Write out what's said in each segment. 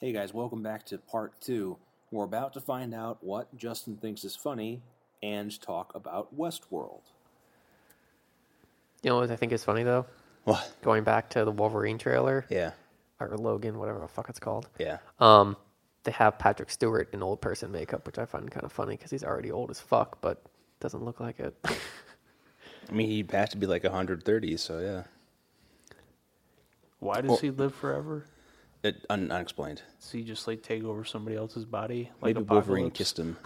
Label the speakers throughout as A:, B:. A: Hey guys, welcome back to part two. We're about to find out what Justin thinks is funny and talk about Westworld.
B: You know what I think is funny though?
A: What?
B: Going back to the Wolverine trailer
A: Yeah,
B: or Logan, whatever the fuck it's called.
A: yeah.
B: Um, they have Patrick Stewart in old person makeup, which I find kind of funny because he's already old as fuck, but doesn't look like it.
A: I mean, he'd have to be like 130, so yeah.
C: Why does
A: Well-
C: he live forever?
A: It, un- unexplained.
C: Does he just like take over somebody else's body? Like
A: Maybe Wolverine
C: Apocalypse?
A: kissed him.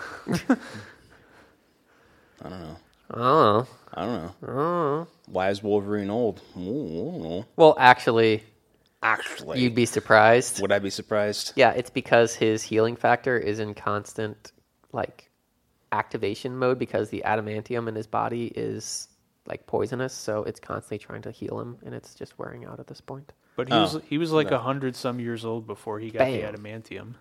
A: I don't know.
B: oh.
A: I don't know.
C: Uh-huh.
A: Why is Wolverine old? Ooh, I don't know.
B: Well, actually,
A: Actually,
B: you'd be surprised.
A: would I be surprised?
B: Yeah, it's because his healing factor is in constant like activation mode because the adamantium in his body is like poisonous, so it's constantly trying to heal him and it's just wearing out at this point.
C: But he was he was like a hundred some years old before he got the
B: Oh, Bam.
C: adamantium.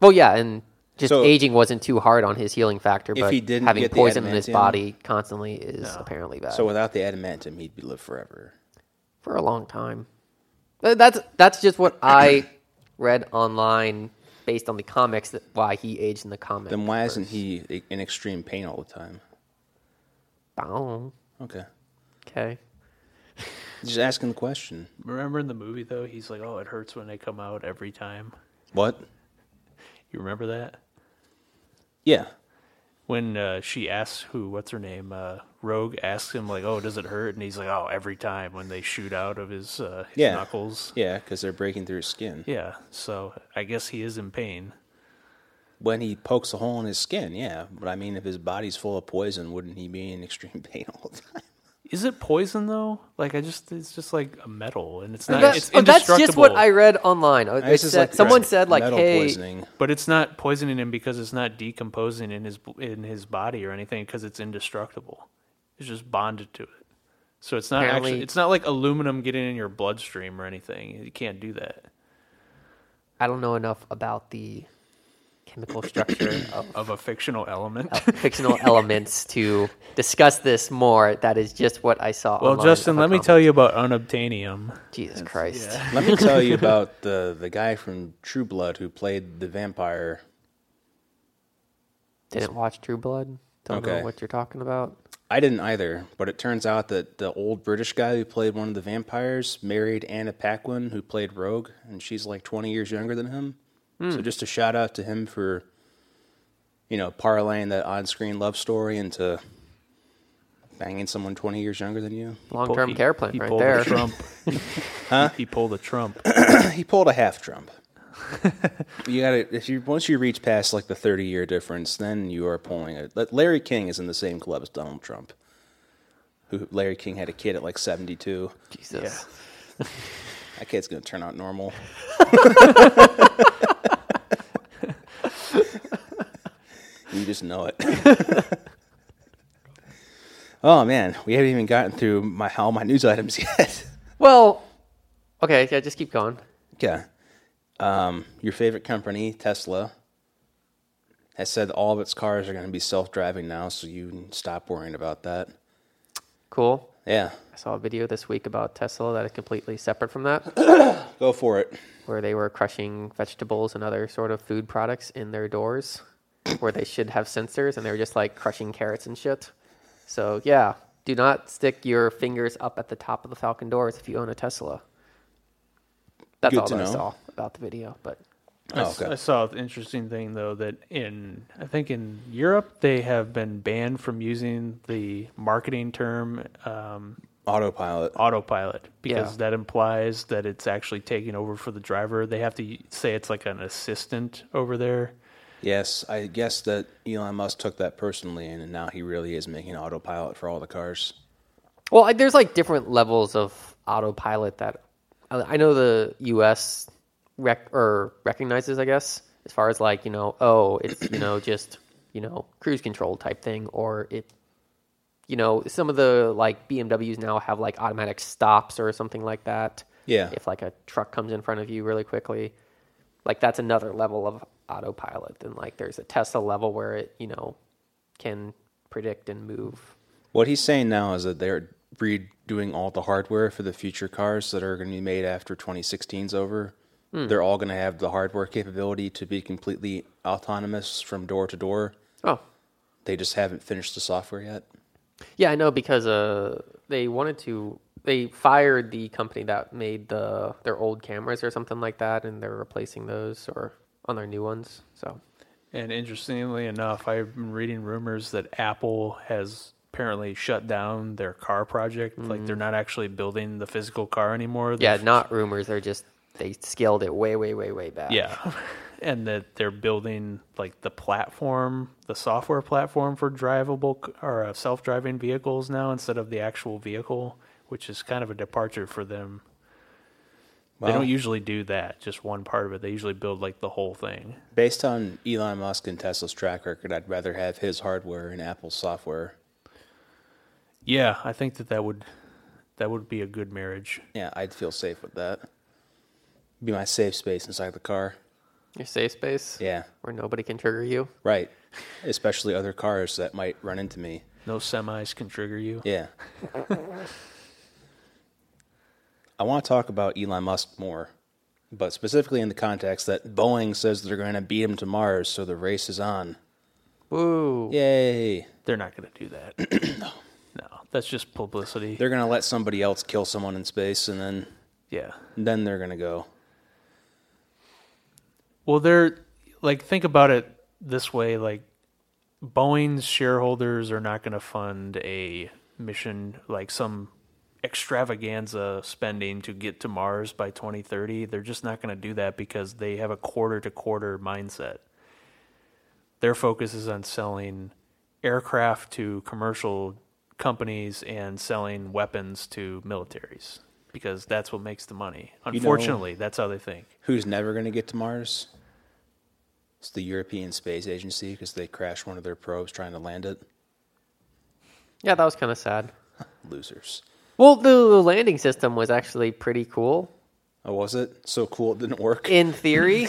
B: Well, yeah, and just
A: So-
B: aging wasn't too hard on his healing factor,
A: If
B: but
A: he didn't
B: having
A: get the
B: poison in his
A: adamantium-
B: body constantly is apparently bad
A: So without the adamantium, he'd be live forever.
B: for a long time. Th- That's that's just what I read online based on the comics that why he aged in the comics.
A: Then why isn't he i- in extreme pain all the time? Okay,
B: Oh, Okay.
A: just asking the question.
C: Remember in the movie though, he's like, "Oh, it hurts when they come out every time."
A: What?
C: You remember that
A: Yeah.
C: when uh, she asks who, what's her name, uh, Rogue asks him like, "Oh, does it hurt?" And he's like, "Oh, every time when they shoot out of his, uh, his
A: Yeah.
C: knuckles."
A: Yeah, because they're breaking through his skin.
C: Yeah, so I guess he is in pain.
A: When he pokes a hole in his skin, yeah. But I mean, if his body's full of poison, wouldn't he be in extreme pain all the time?
C: Is it poison though? Like I just, it's just like a metal, and it's not.
B: That-
C: it's
B: oh, that's
C: indestructible.
B: just what I read online. Uh,
A: I
B: it
A: guess it's
B: said- someone
A: metal-
B: said like,
A: metal
B: "Hey,
A: poisoning.
C: But it's not poisoning him because it's not decomposing in his in his body or anything because it's indestructible. It's just bonded to it. So it's not
B: Apparently-
C: actually it's not like aluminum getting in your bloodstream or anything. You can't do that.
B: I don't know enough about the chemical structure of
C: Of a fictional element.
B: fictional elements to discuss this more. That is just what I saw."
C: well,
B: online
C: Justin,
B: of a
C: let me
B: comment.
C: tell you about unobtainium.
B: Jesus Christ!
A: Let me tell you about the the guy from True Blood who played the vampire.
B: Didn't watch True Blood. Don't
A: Okay.
B: know what you're talking about.
A: I didn't either, but it turns out that the old British guy who played one of the vampires married Anna Paquin, who played Rogue, and she's like 20 years younger than him. So just a shout out to him for, you know, parlaying that on-screen love story into banging someone 20 years younger than you.
B: Long-term
C: He-
B: care plan
C: he
B: right
C: pulled
B: there. Oh,
C: A Trump. He pulled a Trump.
A: he pulled a half Trump. you got to if you once you reach past like the thirty year difference, then you are pulling a Like Larry King is in the same club as Donald Trump. Who Larry King had a kid at like seventy two.
B: Jesus.
A: That kid's gonna turn out normal. you just know it. oh man, we haven't even gotten through my all my news items yet.
B: Well, okay. Yeah, just keep going.
A: Yeah. Um, your favorite company, Tesla, has said all of its cars are going to be self driving now, so you can stop worrying about that.
B: Cool.
A: Yeah,
B: I saw a video this week about Tesla that is completely separate from that.
A: go for it.
B: where they were crushing vegetables and other sort of food products in their doors where they should have sensors and they were just like crushing carrots and shit. So, yeah, do not stick your fingers up at the top of the Falcon doors if you own a Tesla. That's
A: Good
B: all
A: to
B: that I
A: know.
B: saw about the video, but
C: I
A: Oh,
C: s-
A: okay.
C: I saw an interesting thing though that in I think in Europe they have been banned from using the marketing term um,
A: Autopilot.
C: autopilot because
B: Yeah.
C: that implies that it's actually taking over for the driver. They have to y- say it's like an assistant over there.
A: Yes, I guess that Elon Musk took that personally, and now he really is making autopilot for all the cars.
B: Well, I, there's like different levels of autopilot that I, I know the U.S. Rec, or recognizes, I guess, as far as like you know, oh, it's you know just you know cruise control type thing, or it, you know, some of the like BMWs now have like automatic stops or something like that.
A: Yeah.
B: If like a truck comes in front of you really quickly, like that's another level of autopilot. Then like there's a Tesla level where it you know can predict and move
A: What he's saying now is that they're redoing all the hardware for the future cars that are going to be made after 2016's over. They're all going to have the hardware capability to be completely autonomous from door to door.
B: Oh,
A: They just haven't finished the software yet.
B: yeah, I know because uh, they wanted to. They fired the company that made the their old cameras or something like that, and they're replacing those or on their new ones. So
C: And interestingly enough, I've been reading rumors that Apple has apparently shut down their car project. Like they're not actually building the physical car anymore.
B: yeah,
C: They're-
B: not rumors. They're just they scaled it way, way, way, way back.
C: yeah. And that they're building like the platform, the software platform for drivable c- or uh, self-driving vehicles now instead of the actual vehicle, which is kind of a departure for them. they
A: Well-
C: don't usually do that, just one part of it. They usually build like the whole thing.
A: Based on Elon Musk and Tesla's track record, I'd rather have his hardware and Apple's software.
C: Yeah, I think that that would that would be a good marriage.
A: Yeah, I'd feel safe with that. Be my safe space inside the car.
B: your safe space
A: Yeah,
B: where nobody can trigger you.
A: right. Especially other cars that might run into me.
C: No semis can trigger you.
A: Yeah. I want to talk about Elon Musk more, but specifically in the context that Boeing says they're going to beat him to Mars, so the race is on.
B: Woo!
A: Yay!
C: They're not going to do that. no. No, that's just publicity.
A: They're going to let somebody else kill someone in space, and then
C: yeah.
A: then they're going to go.
C: Well, they're like think about it this way like Boeing's shareholders are not going to fund a mission like some extravaganza spending to get to Mars by 2030. They're just not going to do that because they have a quarter to quarter mindset. Their focus is on selling aircraft to commercial companies and selling weapons to militaries because that's what makes the money. Unfortunately, that's how they think.
A: Who's never going to get to Mars? It's the European Space Agency because they crashed one of their probes trying to land it.
B: Yeah, that was kind of sad.
A: Losers.
B: Well, the the landing system was actually pretty cool
A: Oh, was it so cool? It didn't work.
B: in theory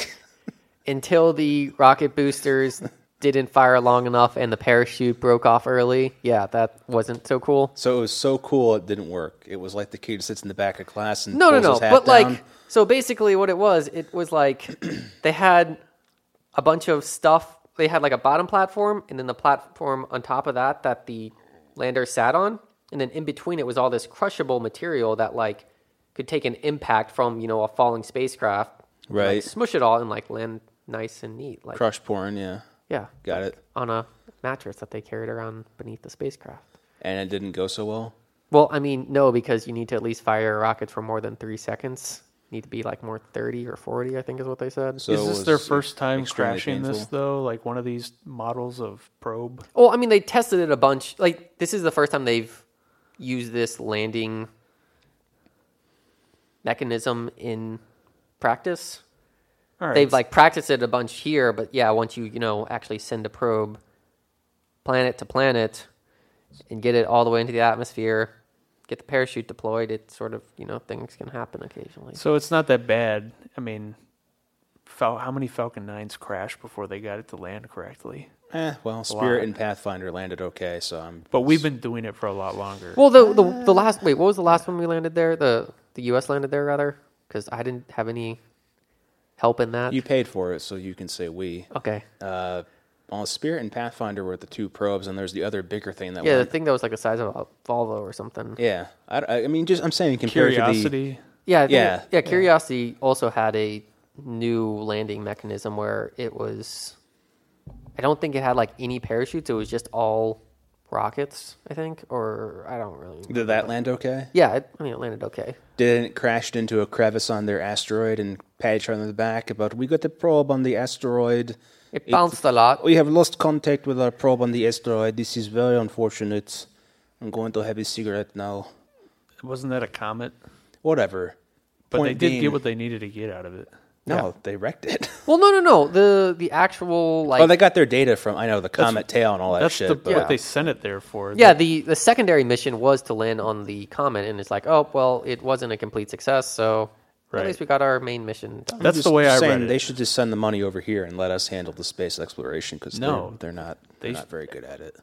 B: until the rocket boosters didn't fire long enough and the parachute broke off early. Yeah, that wasn't so cool.
A: So it was so cool it didn't work. It was like the kid who sits in the back of class and
B: No, no,
A: pulls
B: no.
A: His hat
B: But
A: down.
B: like, so basically, what it was, it was like they had a bunch of stuff. They had like a bottom platform, and then the platform on top of that that the lander sat on, and then in between it was all this crushable material that like could take an impact from you know a falling spacecraft, and, like,
A: Right.
B: smush it all and like land nice and neat, like
A: crush porn, yeah,
B: yeah,
A: got it.
B: on a mattress that they carried around beneath the spacecraft.
A: And it didn't go so well.
B: Well, I mean, no, because you need to at least fire a rocket for more than three seconds. Need to be like more thirty or forty, I think is what they said.
A: So
C: is
A: it
C: this
A: was
C: their first time
A: extremely
C: crashing this
A: painful.
C: though? Like one of these models of probe?
B: well, I mean, they tested it a bunch. Like this is the first time they've used this landing mechanism in practice.
C: All right.
B: They've like practiced it a bunch here, but yeah, once you you know actually send a probe planet to planet and get it all the way into the atmosphere, get the parachute deployed, it sort of you know things can happen occasionally.
C: so it's not that bad. I mean, Fal- how many Falcon 9s crashed before they got it to land correctly?
A: Eh, well, Spirit and Pathfinder landed okay, so I'm.
C: But we've been doing it for a lot longer.
B: Well, the, the the last wait, what was the last one we landed there? The the U.S. landed there rather because I didn't have any help in that.
A: You paid for it, so you can say we.
B: okay,
A: Uh, well, Spirit and Pathfinder were the two probes, and there's the other bigger thing that.
B: yeah, the
A: went-
B: thing that was like the size of a Volvo or something.
A: yeah. I, I- I mean, just I'm saying compared to the.
C: Curiosity.
B: Yeah, I think-
A: Yeah.
B: yeah. Curiosity also had a new landing mechanism where it was. I don't think it had like any parachutes. It was just all rockets, I think, or I don't really.
A: Did that land okay?
B: Yeah, it, I mean it landed okay.
A: Didn't crash into a crevice on their asteroid and patted her on the back about we got the probe on the asteroid.
B: It bounced a lot.
A: We have lost contact with our probe on the asteroid. This is very unfortunate. I'm going to have a cigarette now.
C: Wasn't that a comet?
A: Whatever.
C: But
A: Point
C: they did
A: being-
C: get what they needed to get out of it.
A: No, they wrecked it.
B: Well, no, no, no. The the actual like
A: oh, they got their data from I know the comet tail and all that
C: That's
A: shit.
C: the,
A: but
C: what they sent it there for.
B: Yeah, the, the secondary mission was to land on the comet, and it's like, oh, well, it wasn't a complete success, so
C: Right.
B: at least we got our main mission. done.
A: I'm
C: That's
A: just
C: the way I
A: saying
C: read it.
A: They should just send the money over here and let us handle the space exploration because
C: No.
A: they're, they're not
C: They
A: they're
C: sh-
A: not very good at it.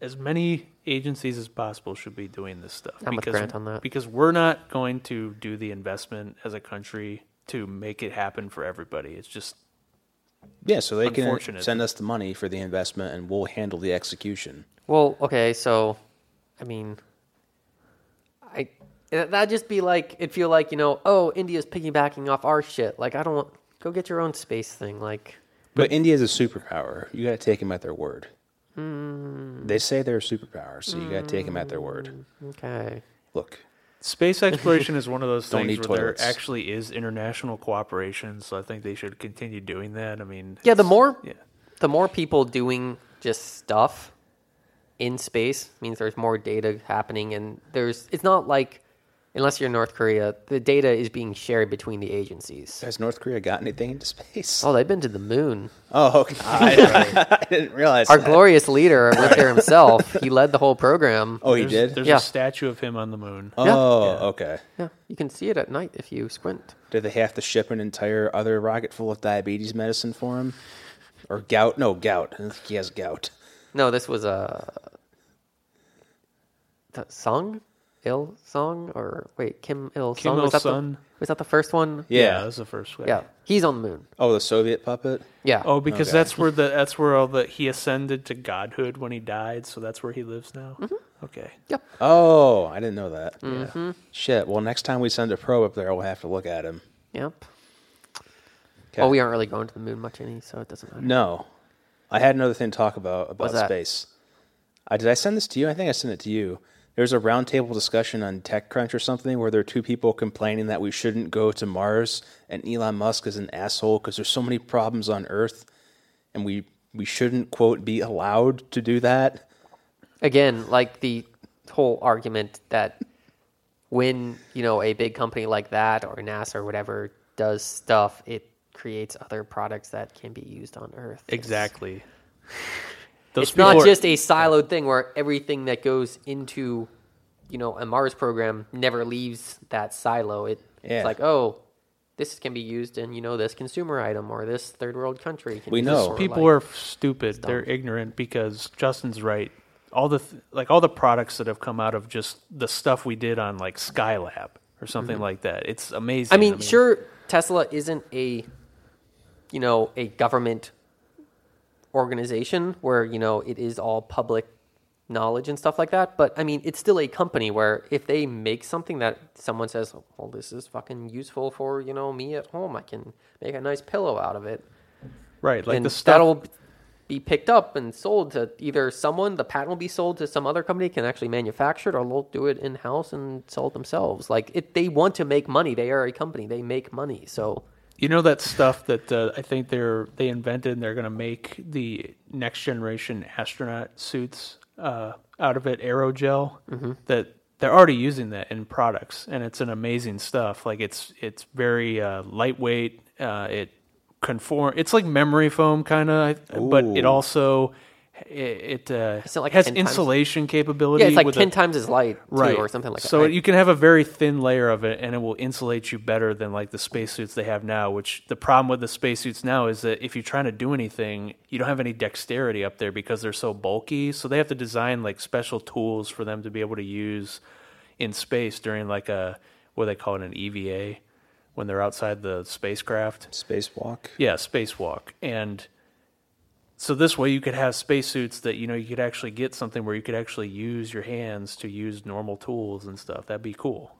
C: as many agencies as possible should be doing this stuff.
B: I'm with Grant on that.
C: Because we're not going to do the investment as a country to make it happen for everybody. It's just
A: Yeah, so they can
C: Unfortunate.
A: send us the money for the investment and we'll handle the execution.
B: Well, okay, so I mean, I that- that'd just be like it'd feel like you know, oh, India's piggybacking off our shit. Like I don't want go get your own space thing. Like
A: But, India's a superpower. You got to take them at their word.
C: Hmm.
A: They say they're a superpower, so you got to take them at their word.
B: okay,
A: Look,
C: space exploration is one of those
A: Don't
C: things
A: need
C: where
A: toilets.
C: there actually is international cooperation, so I think they should continue doing that. I mean,
B: yeah, the
C: it's-
B: more
C: yeah.
B: the more people doing just stuff in space means there's more data happening, and there's it's not like unless you're North Korea, the data is being shared between the agencies.
A: has North Korea got anything into space?
B: Oh, they've been to the moon.
A: Oh, okay. I, didn't realize.
B: Our
A: that.
B: glorious leader went there himself. He led the whole program.
A: oh, he
C: there's,
A: did.
C: There's
B: Yeah.
C: a statue of him on the moon.
A: oh,
C: Yeah.
A: okay.
B: Yeah, you can see it at night if you squint.
A: Did they have to ship an entire other rocket full of diabetes medicine for him, or gout? No, gout. I don't think he has gout.
B: No, this was a the song, Il Sung, or wait, Kim Il Sung.
C: Kim
B: was, that the,
C: Il-sung.
B: was that the first one?
A: Yeah.
C: that's the first one.
B: yeah, he's on the moon.
A: Oh, the Soviet puppet.
B: Yeah.
C: Oh, because
A: Okay.
C: that's where the that's where all the he ascended to godhood when he died, so that's where he lives now.
B: Mm-hmm.
C: Okay.
B: Yep.
A: Oh, I didn't know that. Yeah. Shit. Well, next time we send a probe up there, we'll have to look at him.
B: Yep.
A: Okay.
B: Well, we aren't really going to the moon much any, so it doesn't matter.
A: No, I had another thing to talk about about
B: What's that?
A: space. I did I send this to you? I think I sent it to you. There's a roundtable discussion on TechCrunch or something where there are two people complaining that we shouldn't go to Mars, and Elon Musk is an asshole because there's so many problems on Earth, and we we shouldn't quote be allowed to do that.
B: Again, like the whole argument that when you know a big company like that or NASA or whatever does stuff, it creates other products that can be used on Earth. It's-
C: Exactly. Those
B: it's not
C: people are-
B: just a siloed thing where everything that goes into you know a mars program never leaves that silo it,
A: Yeah.
B: it's like oh this can be used in you know this consumer item or this third world country can
A: We
B: use
A: know.
B: this for,
C: people
B: like-
C: are stupid. They're ignorant because Justin's right. All the th- like all the products that have come out of just the stuff we did on like Skylab or something like that. It's amazing.
B: Mm-hmm. I mean, sure, Tesla isn't a, you know, a government organization where you know it is all public knowledge and stuff like that. But I mean, it's still a company where if they make something that someone says, "Well, this is fucking useful for you know me at home. I can make a nice pillow out of it,"
C: right? Like
B: and
C: the stuff.
B: that'll be picked up and sold to either someone. The patent will be sold to some other company can actually manufacture it, or they'll do it in house and sell it themselves. Like if they want to make money, they are a company. They make money, so.
C: You know that stuff that uh, I think they're they invented. and They're going to make the next generation astronaut suits uh, out of it, aerogel.
B: Mm-hmm.
C: That they're already using that in products, and it's an amazing stuff. Like it's it's very uh, lightweight. Uh, it conform. It's like memory foam kind of, but it
A: Ooh.
C: also it, it, uh,
B: It's not like
C: has
B: 10 times-
C: insulation capability.
B: Yeah, it's like
C: with
B: ten
C: a-
B: times as light, too,
C: right
B: or something like
C: so
B: that.
C: you can have a very thin layer of it and it will insulate you better than like the spacesuits they have now which the problem with the spacesuits now is that if you're trying to do anything you don't have any dexterity up there because they're so bulky so they have to design like special tools for them to be able to use in space during like a what do they call it an eva when they're outside the spacecraft
A: Spacewalk.
C: yeah, spacewalk. And so this way you could have spacesuits that, you know, you could actually get something where you could actually use your hands to use normal tools and stuff. That'd be cool.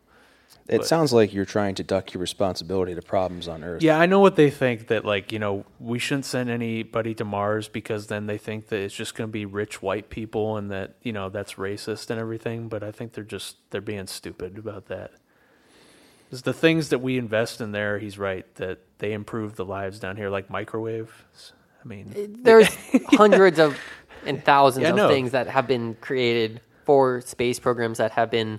A: It sounds like you're trying to duck your responsibility to problems on Earth.
C: Yeah, I know what they think that like, you know, we shouldn't send anybody to Mars because then they think that it's just going to be rich white people and that, you know, that's racist and everything, but I think they're just they're being stupid about that. 'Cause the things that we invest in there, he's right that they improve the lives down here like microwaves. I mean,
B: There's hundreds of and thousands
C: Yeah, I
B: of
C: know.
B: things that have been created for space programs that have been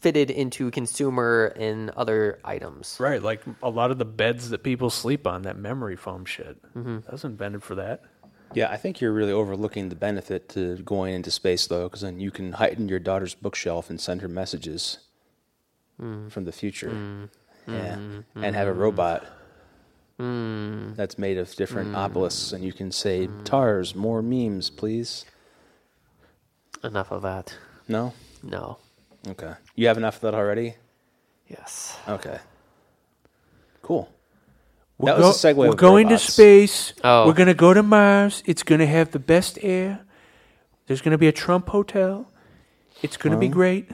B: fitted into consumer and other items.
C: Right, like a lot of the beds that people sleep on, that memory foam shit.
A: Mm-hmm.
C: That was invented for that.
A: Yeah, I think you're really overlooking the benefit to going into space, though, because then you can heighten your daughter's bookshelf and send her messages
C: Mm.
A: from the future. Yeah,
C: Mm-hmm.
A: and have a robot
C: Mm.
A: that's made of different obelisks, and you can say, "Tars, more memes, please."
B: Enough of that.
A: No,
B: No.
A: okay. You have enough of that already.
B: Yes.
A: Okay. Cool.
C: We're
A: That was a segue
C: We're
A: with
C: going
A: robots.
C: to space.
B: Oh.
A: Uh,
C: We're going to go to Mars. It's going to have the best air. There's going to be a Trump hotel. It's going to be great.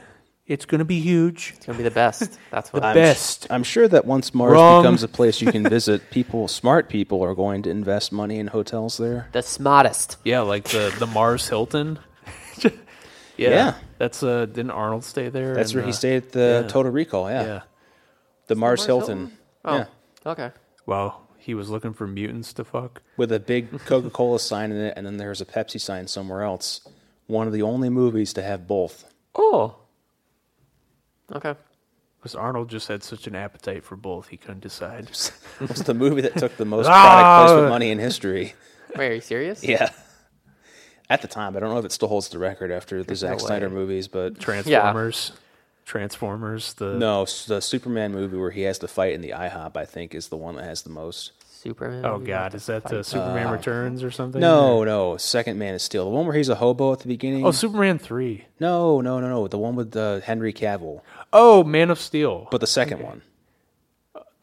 C: It's going to be huge.
B: It's gonna be the best. That's what.
A: I'm
B: I,
A: sh-
C: Best.
A: I'm sure that once Mars
C: Wrong.
A: becomes a place you can visit, people, smart people, are going to invest money in hotels there.
B: the smartest.
C: Yeah, like the, the Mars Hilton. yeah.
A: Yeah.
C: That's uh didn't Arnold stay there?
A: That's
C: And,
A: where he
C: uh,
A: stayed at the
C: yeah.
A: Total Recall. Yeah,
C: Yeah.
A: the Mars Hilton.
B: Oh,
A: Yeah,
B: okay.
C: Wow. He was looking for mutants to fuck.
A: with a big Coca-Cola sign in it, and then there was a Pepsi sign somewhere else. One of the only movies to have both.
B: Oh. Okay.
C: Because Arnold just had such an appetite for both, he couldn't decide.
A: It was the movie that took the most product placement
C: Ah.
A: money in history.
B: Wait, are you serious?
A: Yeah. At the time, I don't know if it still holds the record after the Zack
B: no
A: Snyder
B: way.
A: movies, but
C: Transformers. Transformers. The
A: no, s- the Superman movie where he has to fight in the IHOP, I think, is the one that has the most.
B: Superman.
C: Oh God, is that the Superman Returns or something?
A: No, no, Second Man is Steel, the one where he's a hobo at the beginning.
C: Oh, Superman three.
A: no, no, no, no, the one with uh, Henry Cavill,
C: Oh, Man of Steel.
A: but the second one.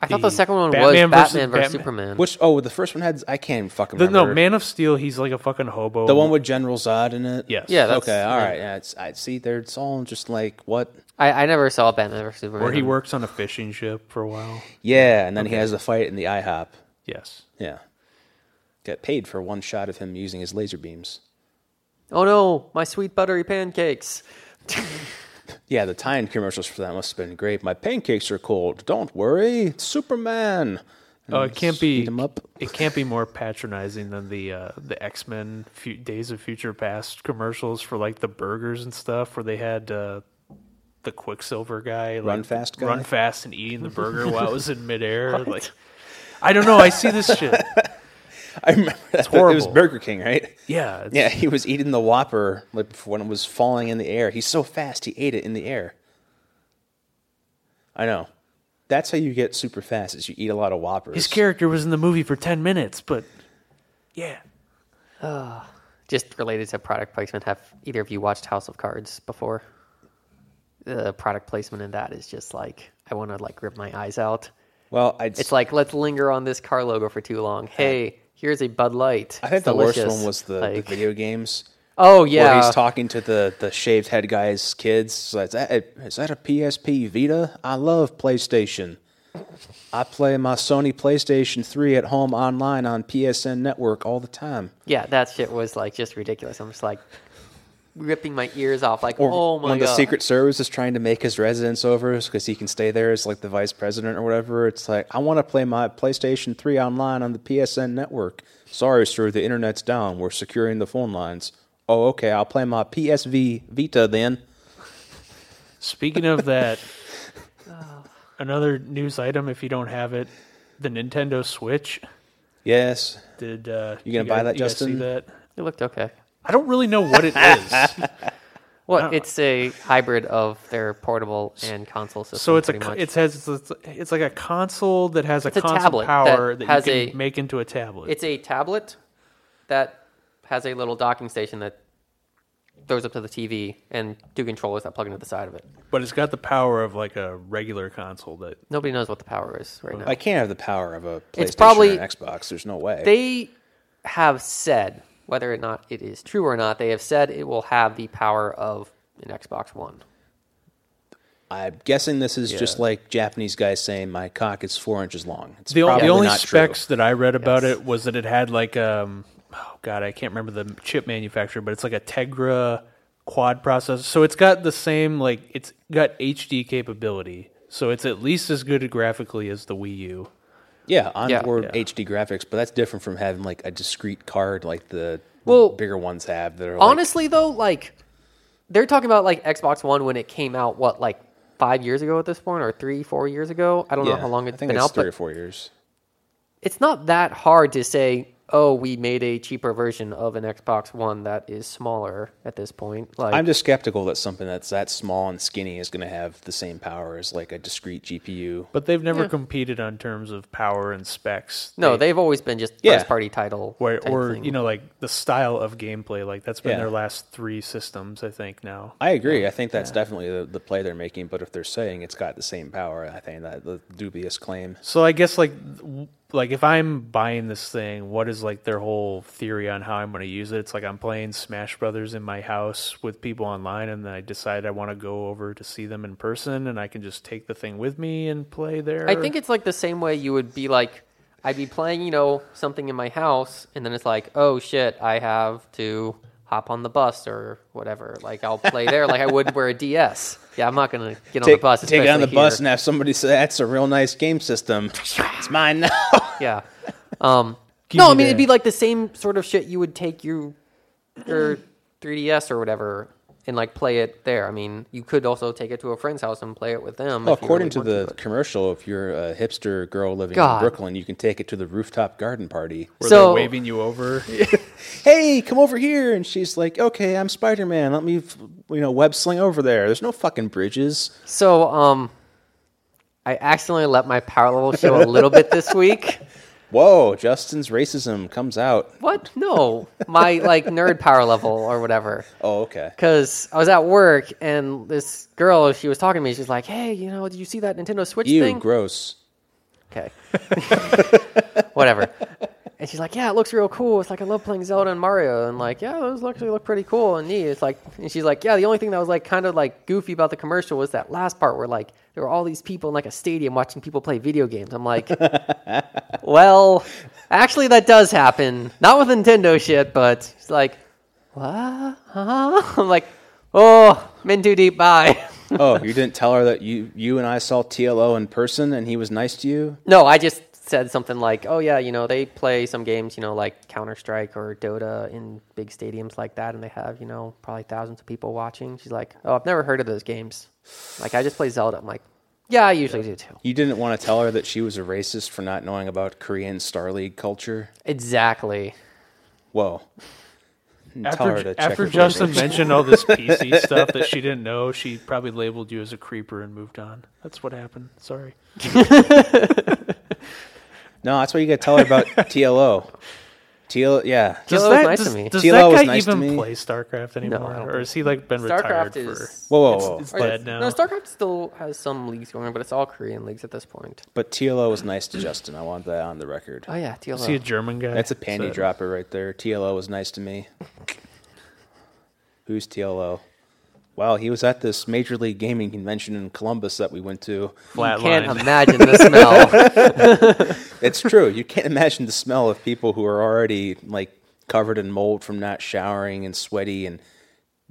B: I thought the
C: the
B: second one was
C: Batman versus
B: Batman versus
C: Batman.
B: Superman.
A: Which oh, the first one had I can't even fucking
C: The-
A: remember.
C: no, Man of Steel. He's like a fucking hobo.
A: The one with General Zod in it.
C: yes,
B: Yeah, that's-
A: Okay. uh, All right. Yeah. It's, I see. There. It's all just like what.
B: I, I never saw Batman versus Superman.
C: where he works on a fishing ship for a while.
A: Yeah, and then he has a fight in the IHOP.
C: Yes,
A: Yeah. Got paid for one shot of him using his laser beams.
B: Oh no, my sweet buttery pancakes.
A: Yeah, the tie-in commercials for that must have been great. My pancakes are cold. Don't worry, it's Superman.
C: oh, it can't be.
A: Heat him up.
C: It can't be more patronizing than the uh, the X Men fu- Days of Future Past commercials for like the burgers and stuff, where they had uh, the Quicksilver guy like,
A: Run fast guy?
C: run fast and eating the burger while it was in midair. Like, I don't know. I see this shit.
A: I remember that. It was
C: horrible.
A: Burger King, right?
C: Yeah, it's,
A: Yeah, he was eating the Whopper like before when it was falling in the air. He's so fast, he ate it in the air. I know. That's how you get super fast. Is you eat a lot of Whoppers.
C: His character was in the movie for 10 minutes, but yeah.
B: Just related to product placement, have either of you watched House of Cards before? The product placement in that is just like I want to like rip my eyes out.
A: Well, I'd,
B: It's like let's linger on this car logo for too long. Hey, here's a Bud Light.
A: I think
B: It's
A: the worst
B: delicious.
A: one was the,
B: Like-
A: the video games.
B: oh yeah.
A: Where he's talking to the, the shaved head guy's kids. So is, that, is that a PSP Vita? I love PlayStation. I play my Sony PlayStation 3 at home online on PSN Network all the time.
B: yeah, that shit was like just ridiculous. I'm just like ripping my ears off. Like
A: Or
B: oh my
A: when
B: god.
A: the Secret Service is trying to make his residence over because he can stay there as like the vice president or whatever, it's like I want to play my PlayStation 3 online on the PSN network. Sorry, sir, the internet's down. We're securing the phone lines. Oh, okay. I'll play my PSV Vita then.
C: Speaking of that,
B: Oh.
C: another news item if you don't have it, the Nintendo Switch.
A: Yes.
C: Did uh,
A: You gonna buy
C: guys-
A: that,
C: you guys see
A: Justin?
C: that?
B: it looked okay.
C: I don't really know what it is. Uh,
B: Well, it's a hybrid of their portable and console system.
C: so it's a
B: pretty
C: co-
B: much.
C: it has it's, it's like a console that has a
B: a
C: console
B: tablet that
C: power that,
B: has
C: you can
B: a-
C: make into a tablet.
B: It's a tablet that has a little docking station that goes up to the TV and two controllers that plug into the side of it.
C: but it's got the power of like a regular console that
B: Nobody knows what the power is right now.
A: I can't have the power of a PlayStation
B: It's probably-
A: or an Xbox. There's no way.
B: They have said, whether or not it is true or not, they have said it will have the power of an Xbox One.
A: I'm guessing this is just
C: Yeah.
A: like Japanese guys saying my cock is four inches long. It's
C: The, o-
A: probably
C: the only
A: not
C: specs
A: true.
C: that I read about
B: Yes.
C: it was that it had like um oh god I can't remember the chip manufacturer but it's like a Tegra quad processor so it's got the same like it's got HD capability so it's at least as good graphically as the Wii U
A: Yeah, on
B: Yeah.
A: board
C: Yeah.
A: HD graphics, but that's different from having like a discrete card like the
B: Well,
A: bigger ones have that are like,
B: Honestly, though, like they're talking about like Xbox One when it came out, what like five years ago at this point, or three, four years ago. I don't know
A: Yeah,
B: how long it's
A: I think
B: been
A: it's
B: out,
A: three
B: but
A: or four years.
B: it's not that hard to say, oh, we made a cheaper version of an Xbox One that is smaller at this point. Like,
A: I'm just skeptical that something that's that small and skinny is going to have the same power as like a discrete GPU.
C: But they've never competed on terms of power and specs.
B: no, they've always been just
A: Yeah.
B: first party title.
C: Where,
B: type
C: or
B: thing.
C: you know, like the style of gameplay, like that's been
A: Yeah.
C: their last three systems, I think. Now,
A: I agree. I think that's definitely the, the play they're making. But if they're saying it's got the same power, I think that the dubious claim.
C: so I guess like, w- like if I'm buying this thing, what is like their whole theory on how I'm going to use it? It's like I'm playing Smash Brothers in my house with people online, and then I decide I want to go over to see them in person, and I can just take the thing with me and play there.
B: I think it's like the same way you would be like, I'd be playing, you know, something in my house, and then it's like, oh shit, I have to hop on the bus or whatever. Like I'll play there, like I would where a DS. Yeah, I'm not gonna get on
A: Take,
B: the bus.
A: take it on the
B: especially
A: bus
B: here.
A: and have somebody say that's a real nice game system. it's mine now.
B: yeah. Um,
C: Give
B: no,
C: me
B: I mean it'd
C: that.
B: be like the same sort of shit you would take your your 3ds or whatever and like play it there. I mean, you could also take it to a friend's house and play it with them.
A: Well,
B: if you
A: according
B: really
A: to
B: want
A: the commercial, if you're a hipster girl living
B: God.
A: in Brooklyn, you can take it to the rooftop garden party.
C: where
B: So-
C: they're waving you over.
A: Hey, come over here, and she's like, "Okay, I'm Spider Man. Let me, f- you know, web sling over there. There's no fucking bridges."
B: So, um, I accidentally let my power level show a little bit this week.
A: Whoa, Justin's racism comes out.
B: What? No, my like nerd power level or whatever.
A: Oh, okay.
B: Because I was at work and this girl, she was talking to me. She's like, "Hey, you know, did you see that Nintendo Switch
A: You
B: thing?"
A: gross.
B: okay, whatever. And she's like, "Yeah, it looks real cool. It's like I love playing Zelda and Mario, and like, yeah, those actually look pretty cool and neat." It's like, and she's like, "Yeah, the only thing that was like kind of like goofy about the commercial was that last part where like there were all these people in like a stadium watching people play video games." I'm like, "Well, actually, that does happen. Not with Nintendo shit, but she's like, what? Huh?" I'm like, "Oh, I'm in too deep. Bye."
A: Oh, you didn't tell her that you you and I saw TLO in person, and he was nice to you.
B: No, I just said something like, "Oh yeah, you know they play some games, you know, like Counter Strike or Dota in big stadiums like that, and they have you know probably thousands of people watching." She's like, "Oh, I've never heard of those games. Like I just play Zelda." I'm like, "Yeah, I usually do too."
A: You didn't want to tell her that she was a racist for not knowing about Korean Star League culture.
B: Exactly.
A: Whoa. Didn't tell her
C: After,
A: to check
C: after
A: her
C: Justin
A: language.
C: mentioned all this PC stuff that she didn't know, she probably labeled you as a creeper and moved on. That's what happened. Sorry.
A: No, that's why you got to tell her about TLO. TL, yeah.
B: Does
C: Does
B: that-
C: that,
B: nice
C: does,
B: to me.
C: does
A: Tilo
C: that
A: was
C: guy
A: nice to
C: even
A: me.
C: play StarCraft anymore,
B: I don't
C: or has he like been
B: StarCraft
C: retired
B: is.
A: Whoa, whoa,
C: for?
A: whoa.
C: It's
B: Or
C: dead
B: it's-
C: now.
B: No, StarCraft still has some leagues going on, but it's all Korean leagues at this point.
A: But TLO was nice to Justin. I want that on the record.
B: Oh yeah, TLO.
C: is he a German guy?
A: That's a
C: Is
A: panty
C: that-
A: dropper right there. TLO was nice to me. Who's TLO? Wow, he was at this Major League Gaming convention in Columbus that we went to.
C: Flat
B: Can't
C: line.
B: imagine the smell.
A: It's true. You can't imagine the smell of people who are already like covered in mold from not showering and sweaty and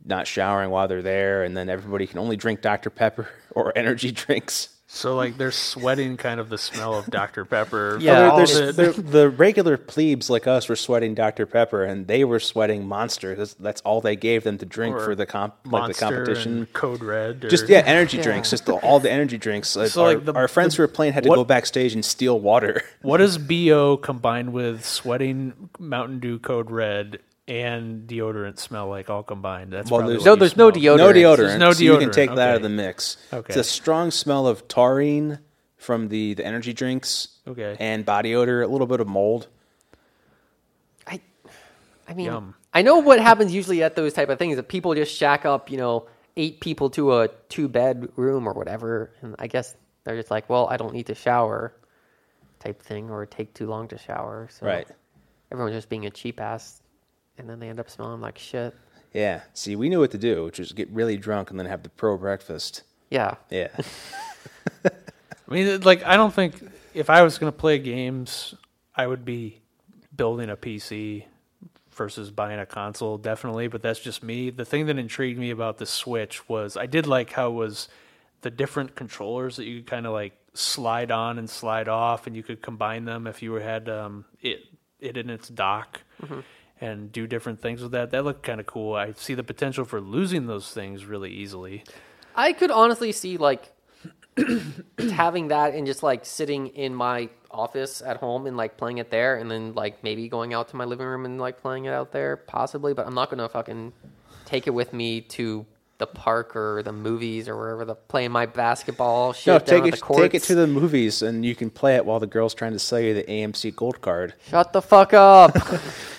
A: not showering while they're there, and then everybody can only drink Dr. Pepper or energy drinks.
C: so like they're sweating kind of the smell of Dr Pepper.
B: Yeah,
C: all
A: There-
B: there's-
C: of
A: there's-
C: it.
A: there- the regular plebes like us were sweating Dr. Pepper, and they were sweating Monster. That's, that's all they gave them to drink
C: Or
A: for the comp, like the
C: Monster
A: competition.
C: and Code Red. Or,
A: Just yeah, energy drinks.
B: Yeah.
A: Just the, all the energy drinks. Like,
C: So,
A: our,
C: like, the-
A: our friends who were playing had to
C: what-
A: go backstage and steal water.
C: What is bo combined with sweating Mountain Dew Code Red and deodorant smell like all combined? That's
A: Well,
C: probably
A: there's-
C: what
B: no,
C: you
B: there's no
C: smell.
B: deodorant.
A: No deodorant.
C: no
A: so you can
C: deodorant,
A: take that out
C: okay.
A: of the mix. It's
C: Okay.
A: a strong smell of taurine from the, the energy drinks.
C: Okay.
A: And body odor, a little bit of mold.
B: I, I mean,
C: Yum.
B: I know what happens usually at those type of things that people just shack up, you know, eight people to a two bed room or whatever, and I guess they're just like, well, I don't need to shower, type thing, or take too long to shower. So
A: Right.
B: Everyone's just being a cheap ass, and then they end up smelling like shit.
A: Yeah. See, we knew what to do, which is get really drunk and then have the pro breakfast.
B: Yeah.
A: Yeah.
C: I mean, it- like, I don't think if I was going to play games, I would be building a PC versus buying a console, definitely. But that's just me. The thing that intrigued me about the Switch was I did like how it was the different controllers that you could kind of like slide on and slide off, and you could combine them if you had um, it it in its dock. And do different things with that. That looked kind of cool. I see the potential for losing those things really easily.
B: I could honestly see like having that and just like sitting in my office at home and like playing it there, and then like maybe going out to my living room and like playing it out there, possibly. But I'm not gonna fucking take it with me to the park or the movies or wherever the playing my basketball shit.
A: No,
B: down
A: take
B: at
A: it,
B: the
A: take it
B: courts.
A: to the movies, and you can play it while the girl's trying to sell you the AMC Gold Card.
B: Shut the fuck up.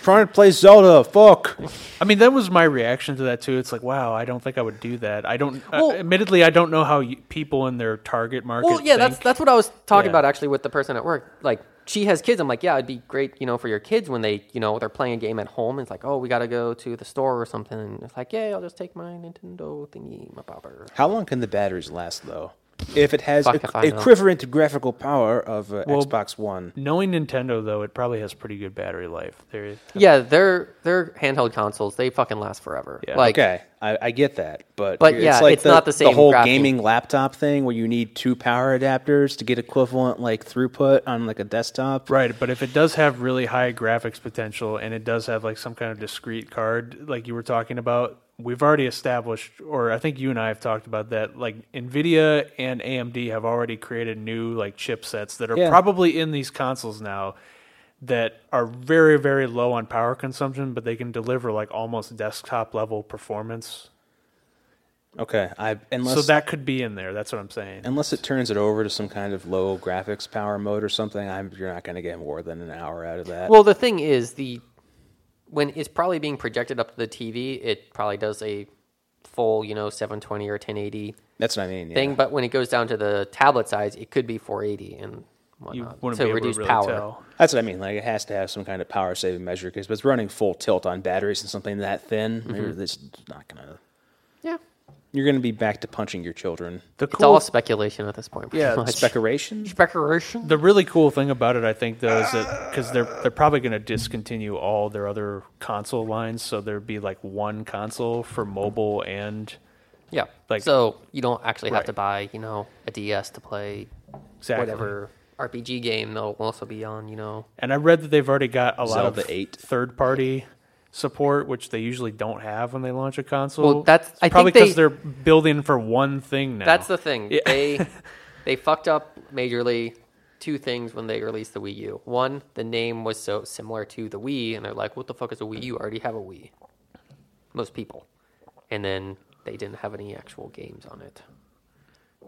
A: Trying to play Zelda, fuck.
C: I mean, that was my reaction to that too. It's like, wow, I don't think I would do that. I don't.
B: Well-
C: uh, admittedly, I don't know how you, people in their target market.
B: well, yeah, that's
C: think.
B: that's what I was talking
C: Yeah.
B: about actually with the person at work. Like she has kids. I'm like, yeah, it'd be great, you know, for your kids when they, you know, they're playing a game at home. And it's like, oh, we gotta go to the store or something. And it's like, yeah, I'll just take my Nintendo thingy, my bobber.
A: How long can the batteries last, though? If it has
B: Fuck
A: equ-
B: if I know.
A: equivalent graphical power of uh, Xbox One,
C: knowing Nintendo though, it probably has pretty good battery life. There,
B: Yeah, they're they're handheld consoles. They fucking last forever.
C: Yeah.
B: Like,
A: okay, I, I get that, but
B: But
A: it's
B: yeah,
A: like
B: it's not the same
A: whole
B: graphic.
A: gaming laptop thing where you need two power adapters to get equivalent like throughput on like a desktop.
C: right? But if it does have really high graphics potential and it does have like some kind of discrete card, like you were talking about, we've already established, or I think you and I have talked about that. Like Nvidia and AMD have already created new like chipsets that are
A: Yeah.
C: probably in these consoles now. That are very very low on power consumption, but they can deliver like almost desktop level performance.
A: Okay, I unless
C: So that could be in there. That's what I'm saying.
A: unless it turns it over to some kind of low graphics power mode or something, I'm, you're not going to get more than an hour out of that.
B: well, the thing is, the when it's probably being projected up to the TV, it probably does a full, you know, 720 or 1080
A: That's what I mean. Yeah.
B: thing. But when it goes down to the tablet size, it could be 480 and
C: You
B: whatnot
C: wouldn't
B: to
C: be able
B: reduce
C: to really
B: power.
C: tell.
A: That's what I mean. Like it has to have some kind of power saving measure because if it's running full tilt on batteries and something that thin, you're
B: Mm-hmm.
A: this not going to.
B: Yeah,
A: You're going to be back to punching your children.
C: The
B: it's
C: cool
B: all speculation at this point. pretty
C: Yeah,
B: much.
A: Speculation.
B: speculation.
C: The really cool thing about it, I think, though, is that because they're they're probably going to discontinue all their other console lines, so there'd be like one console for mobile and
B: yeah,
C: like-
B: so you don't actually have
C: Right.
B: to buy, you know, a DS to play
C: exactly.
B: whatever RPG game. They'll also be on, you know.
C: And I read that they've already got a lot
A: Zelda
C: of
A: 8.
C: third party support, which they usually don't have when they launch a console.
B: Well, that's- I think
C: probably
B: they-
C: are building for one thing now.
B: That's the thing.
C: Yeah.
B: They they fucked up majorly two things when they released the Wii U. One, the name was so similar to the Wii, and they're like, "What the fuck is a Wii U? I already have a Wii." Most people, and then they didn't have any actual games on it.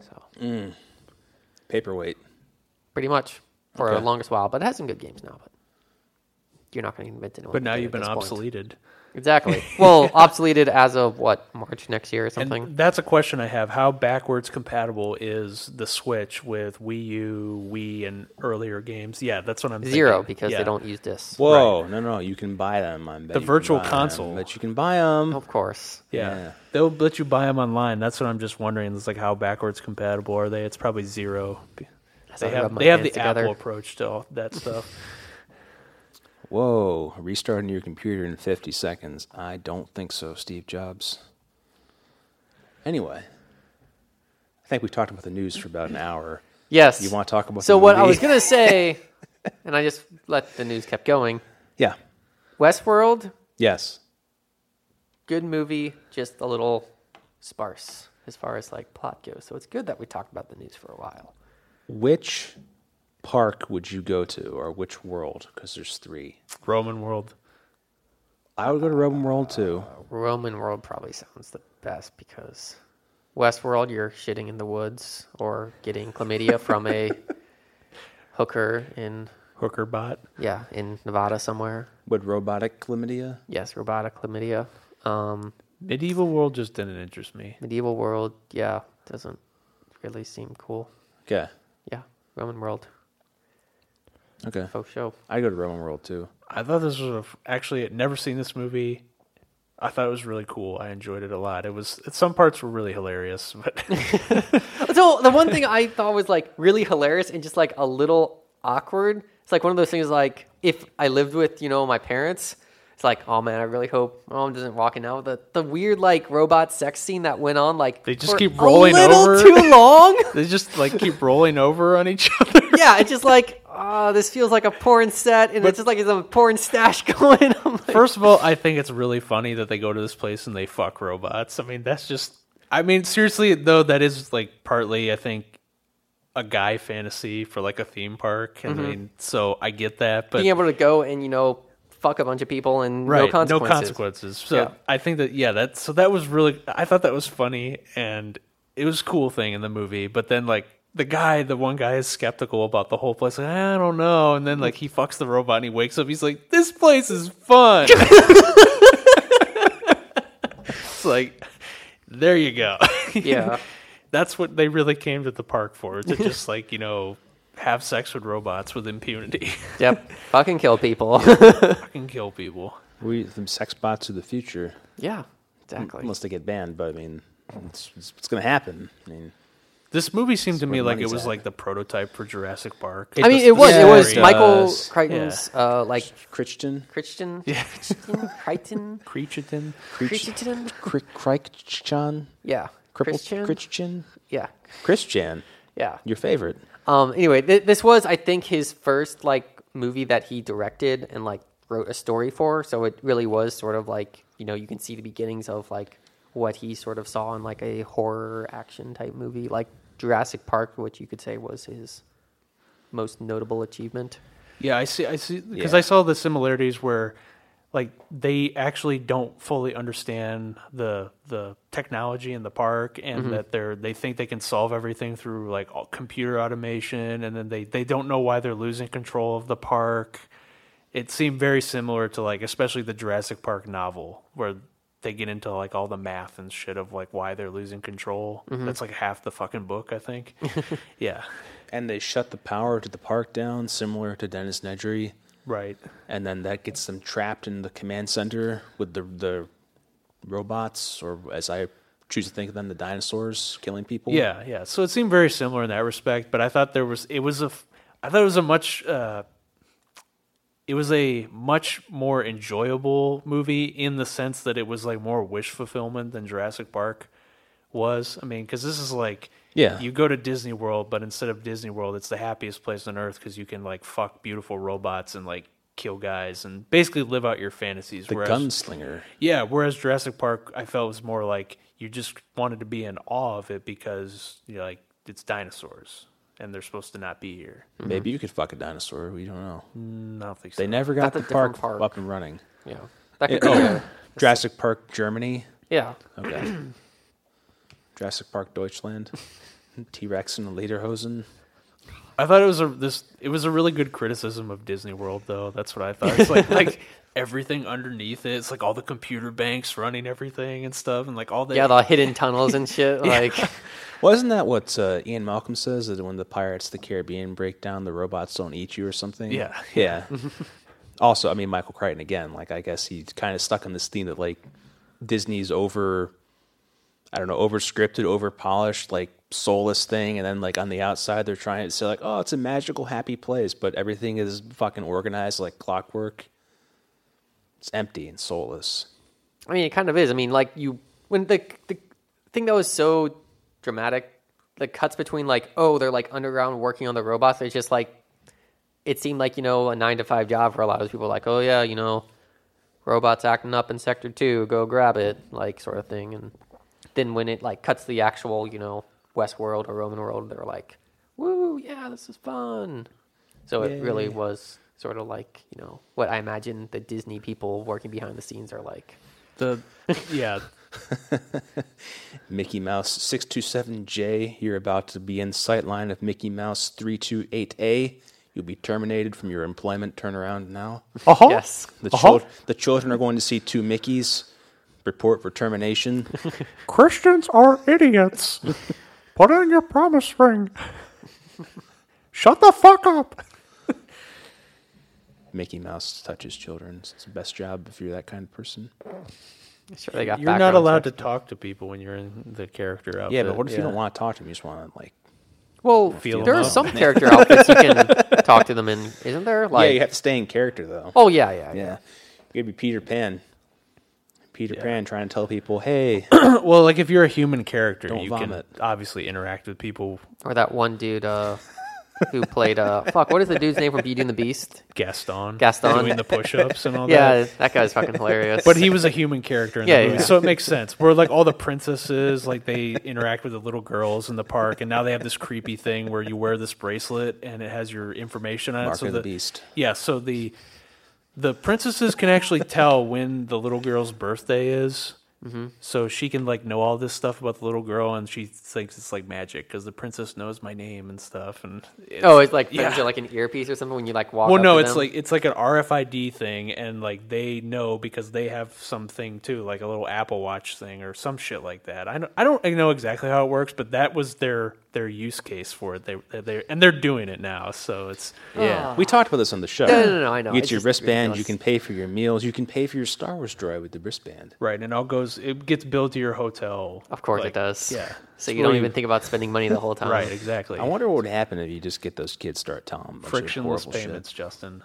B: So
A: Paperweight.
B: pretty much for the
A: Okay.
B: longest while, but it has some good games now. But you're not going to invent anyone.
C: but now
B: at
C: you've been
B: this point.
C: obsoleted.
B: Exactly. Well, obsoleted as of what March next year or something.
C: And that's a question I have. How backwards compatible is the Switch with Wii U, Wii, and earlier games? Yeah, that's what I'm
B: Zero
C: thinking.
B: because
C: Yeah.
B: they don't use this.
A: Whoa, no, no, you can buy them. I bet you can
C: virtual
A: buy 'em,
C: console.
A: but you can buy them.
B: Of course.
C: Yeah.
A: Yeah.
C: they'll let you buy them online. That's what I'm just wondering. It's like how backwards compatible are they? It's probably zero. They
B: I rub
C: have
B: my
C: they have the
B: hands together.
C: Apple approach to all that stuff.
A: Whoa, restarting your computer in 50 seconds. I don't think so, Steve Jobs. Anyway, I think we talked about the news for about an hour.
B: Yes.
A: You want to talk about
B: So
A: the
B: what I
A: movie?
B: was gonna say, and I just let the news kept going.
A: Yeah.
B: Westworld,
A: Yes.
B: good movie, just a little sparse as far as like plot goes. So it's good that we talked about the news for a while.
A: Which park would you go to, or which world? Because there's three.
C: Roman world.
A: I would go to Roman World too.
B: Roman world probably sounds the best because Westworld, you're shitting in the woods or getting chlamydia from a hooker in
C: Hooker bot.
B: yeah in Nevada somewhere.
A: Would robotic chlamydia?
B: Yes, robotic chlamydia. Um,
C: Medieval world just didn't interest me.
B: medieval world, yeah, doesn't really seem cool.
A: Okay.
B: Yeah, Roman world,
A: Okay.
B: faux show.
A: I go to Roman World too.
C: I thought this was a, actually I'd never seen this movie. I thought it was really cool. I enjoyed it a lot. It was some parts were really hilarious, but
B: So the one thing I thought was like really hilarious and just like a little awkward. It's like one of those things like if I lived with you know my parents, it's like oh man, I really hope my mom doesn't walk in now. The the weird like robot sex scene that went on like
C: They just
B: for
C: keep rolling
B: a little
C: over.
B: too long.
C: they just like keep rolling over on each other.
B: yeah, it's just like oh, this feels like a porn set, and it's just like it's a porn stash going. I'm like,
C: First of all, I think it's really funny that they go to this place and they fuck robots. I mean, that's just. I mean, seriously, though, that is like partly, I think, a guy fantasy for like a theme park. I mean, so I get that, but
B: being able to go and you know fuck a bunch of people and no consequences.
C: consequences. So
B: Yeah.
C: I think that yeah, that so that was really I thought that was funny and it was a cool thing in the movie, but then like the guy, the one guy is skeptical about the whole place. Like, I don't know. And then like he fucks the robot and he wakes up. He's like, this place is fun. it's like, there you go.
B: Yeah.
C: That's what they really came to the park for to just like, you know, have sex with robots with impunity.
B: Yep. Fucking kill people.
C: Fucking kill people.
A: We some sex bots of the future,
B: yeah. Exactly.
A: unless they get banned. But I mean, it's, it's, it's going to happen. I mean,
C: This movie seemed to me
A: where
C: like it
A: money's
C: was
A: at.
C: like the prototype for Jurassic Park.
B: I mean, it was. It was
A: Yeah.
B: Michael
A: Does.
B: Crichton's, uh, like
A: Christian,
B: Christian, yeah. Crichton,
C: Creature
B: Crichton,
A: Christian,
B: yeah,
A: Cripple,
B: Christian,
A: Christian,
B: yeah,
A: Christian,
B: yeah.
A: your favorite.
B: Um. Anyway, th- this was, I think, his first like movie that he directed and like wrote a story for. So it really was sort of like you know you can see the beginnings of like what he sort of saw in like a horror action type movie, like Jurassic Park, which you could say was his most notable achievement.
C: Yeah, I see. I see because
A: Yeah.
C: I saw the similarities where, like, they actually don't fully understand the the technology in the park, and that they're they think they can solve everything through like all computer automation, and then they they don't know why they're losing control of the park. It seemed very similar to like especially the Jurassic Park novel where they get into like all the math and shit of like why they're losing control. That's like half the fucking book, I think. yeah.
A: And they shut the power to the park down, similar to Dennis Nedry.
C: Right.
A: and then that gets them trapped in the command center with the the robots, or as I choose to think of them, the dinosaurs killing people.
C: Yeah, yeah. So it seemed very similar in that respect, but I thought there was it was a f- I thought it was a much uh it was a much more enjoyable movie in the sense that it was like more wish fulfillment than Jurassic Park was. I mean, cuz this is like
A: Yeah.
C: you go to Disney World, but instead of Disney World, it's the happiest place on earth cuz you can like fuck beautiful robots and like kill guys and basically live out your fantasies
A: the gunslinger.
C: yeah, whereas Jurassic Park, I felt was more like you just wanted to be in awe of it because you know, like it's dinosaurs and they're supposed to not be here.
A: Maybe you could fuck a dinosaur. We don't know.
C: Mm, I don't think so.
A: They never got
B: That's a
A: the
B: different
A: park,
B: park.
A: up and running.
B: Yeah, that could
A: It-
B: be
A: oh,
B: a-
A: Jurassic Park Germany.
B: yeah.
A: Okay. Jurassic Park Deutschland. T Rex and the Lederhosen.
C: I thought it was a this. It was a really good criticism of Disney World, though. That's what I thought. It's like like everything underneath it. It's like all the computer banks running everything and stuff, and like all the
B: Yeah, the hidden tunnels and shit. Like,
A: Well, isn't that what uh, Ian Malcolm says? That when the Pirates of the Caribbean break down, the robots don't eat you or something?
C: Yeah.
A: Yeah. also, I mean, Michael Crichton, again, like, I guess he's kind of stuck on this theme that, like, Disney's over, I don't know, over scripted, over polished, like, soulless thing. And then, like, on the outside, they're trying to say, like, oh, it's a magical, happy place, but everything is fucking organized like clockwork. It's empty and soulless.
B: I mean, it kind of is. I mean, like you when the the thing that was so dramatic, the cuts between like oh they're like underground working on the robots. It's just like it seemed like you know a nine to five job for a lot of those people. Like oh yeah, you know, robots acting up in sector two, go grab it, like sort of thing. And then when it like cuts the actual you know West World or Roman world, they're like woo yeah this is fun. So it really was sort of like you know what I imagine the Disney people working behind the scenes are like.
C: the yeah
A: Mickey Mouse 627J, you're about to be in sightline of Mickey Mouse 328A. You'll be terminated from your employment. Turn around now.
C: uh-huh.
B: Yes.
A: The,
C: Uh-huh.
A: chil- the children are going to see two Mickeys. Report for termination.
C: Christians are idiots. Put on your promise ring. Shut the fuck up.
A: Mickey Mouse touches children. It's the best job if you're that kind of person.
B: Sure, they got
C: You're not
B: background
C: allowed to
B: checks.
C: talk to people when you're in the character outfit.
A: Yeah, but what if you don't want to talk to them? You just want to, like,
B: Well,
C: Feel
B: there
C: them
B: are
C: out.
B: some character outfits you can talk to them in, isn't there? Like,
A: yeah, you have to stay in character, though.
B: oh yeah, yeah, yeah.
A: Yeah. You're going to be Peter Pan. Peter Pan trying to tell people, hey,
C: Well, like if you're a human character,
A: Don't
C: you
A: vomit.
C: can obviously interact with people.
B: Or that one dude, uh, who played uh fuck what is the dude's name from Beauty and the Beast?
C: Gaston,
B: Gaston.
C: doing the push-ups and all that.
B: Yeah, that guy's fucking hilarious.
C: But he was a human character in
B: Yeah,
C: the movie,
B: yeah.
C: so it makes sense. Where like all the princesses, like they interact with the little girls in the park, and now they have this creepy thing where you wear this bracelet and it has your information on it.
A: Mark
C: So
A: of the Beast.
C: Yeah, so the the princesses can actually tell when the little girl's birthday is. Mm-hmm. So she can like know all this stuff about the little girl, and she thinks it's like magic because the princess knows my name and stuff. And it's,
B: oh, it's like
C: Yeah.
B: yeah. like an earpiece or something when you like walk.
C: well,
B: up
C: no,
B: to
C: it's
B: them?
C: like it's like an RFID thing, and like they know because they have something too, like a little Apple Watch thing or some shit like that. I don't, I don't know exactly how it works, but that was their their use case for it. They they and they're doing it now, so it's
A: Yeah, we talked about this on the show.
B: No, no, no, I know.
A: You get
B: It's
A: your
B: just
A: wristband. You
B: ridiculous.
A: can pay for your meals. You can pay for your Star Wars droid with the wristband.
C: right, and it all goes. It gets billed to your hotel.
B: of course
C: like,
B: it does. Um,
C: Yeah,
B: So
C: It's
B: you don't
C: really-
B: even think about spending money the whole time.
C: right, exactly.
A: I wonder what would happen if you just get those kids start telling them a bunch of
C: frictionless
A: horrible shit.
C: payments, Justin.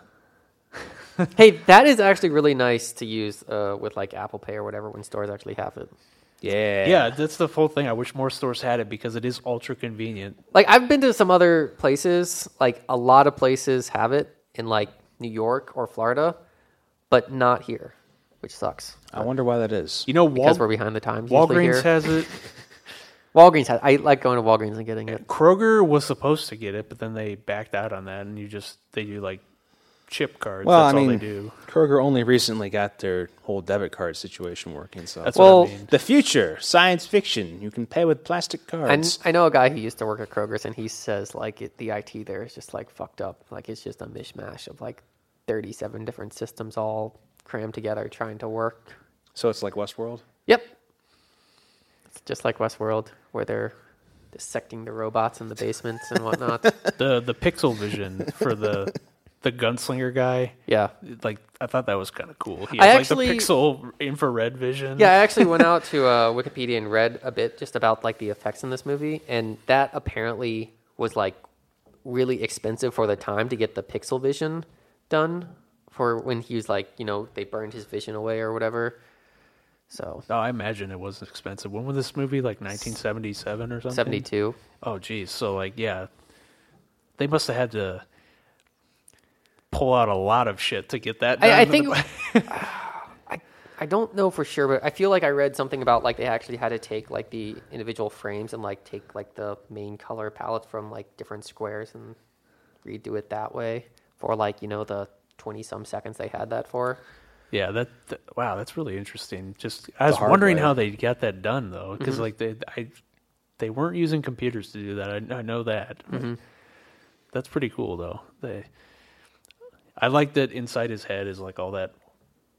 B: Hey, that is actually really nice to use uh, with like Apple Pay or whatever when stores actually have it.
A: Yeah,
C: Yeah, that's the whole thing. I wish more stores had it because it is ultra convenient.
B: Like I've been to some other places, like a lot of places have it in like New York or Florida, but not here, which sucks.
A: I wonder why that is.
C: You know, Wal-
B: Because we're behind the times. usually
C: Walgreens
B: here.
C: has it.
B: Walgreens has. I like going to Walgreens and getting it.
C: Kroger was supposed to get it, but then they backed out on that, and you just they do like chip cards.
A: well,
C: That's
A: I mean,
C: all they do.
A: Kroger only recently got their whole debit card situation working. So
C: That's
B: Well,
C: what I mean.
A: the future, science fiction. You can pay with plastic
B: I,
A: cards.
B: I know a guy who used to work at Kroger's, and he says like it, the IT there is just like fucked up. Like it's just a mishmash of like thirty-seven different systems all crammed together trying to work.
A: so it's like Westworld.
B: Yep, it's just like Westworld, where they're dissecting the robots in the basements and whatnot.
C: The the pixel vision for the the gunslinger guy.
B: yeah,
C: Like I thought that was kind of cool. He
B: I
C: has,
B: actually-
C: like the pixel infrared vision.
B: yeah. I actually went out to uh, Wikipedia and read a bit just about like the effects in this movie, and that apparently was like really expensive for the time to get the pixel vision done for when he was like, you know, they burned his vision away or whatever. So
C: Oh, I imagine it was expensive. When was this movie? Like 1977 or something.
B: seventy two.
C: Oh, geez. So like, yeah, they must have had to pull out a lot of shit to get that. Done
B: I, I
C: in
B: think
C: the-
B: I I don't know for sure, but I feel like I read something about like they actually had to take like the individual frames and like take like the main color palette from like different squares and redo it that way for like you know the twenty some seconds they had that for.
C: Yeah, that, th- wow, that's really interesting. Just I was
A: hard
C: wondering
A: way. Mm-hmm.
C: how they got that done though, because like they I they weren't using computers to do that. I, I know that. but
A: Mm-hmm.
C: That's pretty cool though. They I like that inside his head is like all that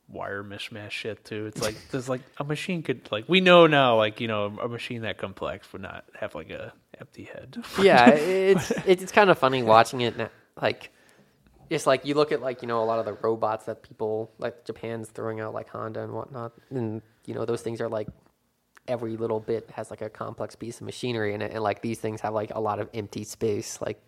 C: wire mishmash shit too. It's like there's like a machine could like we know now like you know a machine that complex would not have like a empty head.
B: yeah, it's it's, it's kind of funny watching it. Now. Like, it's like you look at like you know a lot of the robots that people like Japan's throwing out, like Honda and whatnot, and you know those things are like every little bit has like a complex piece of machinery in it, and like these things have like a lot of empty space. Like,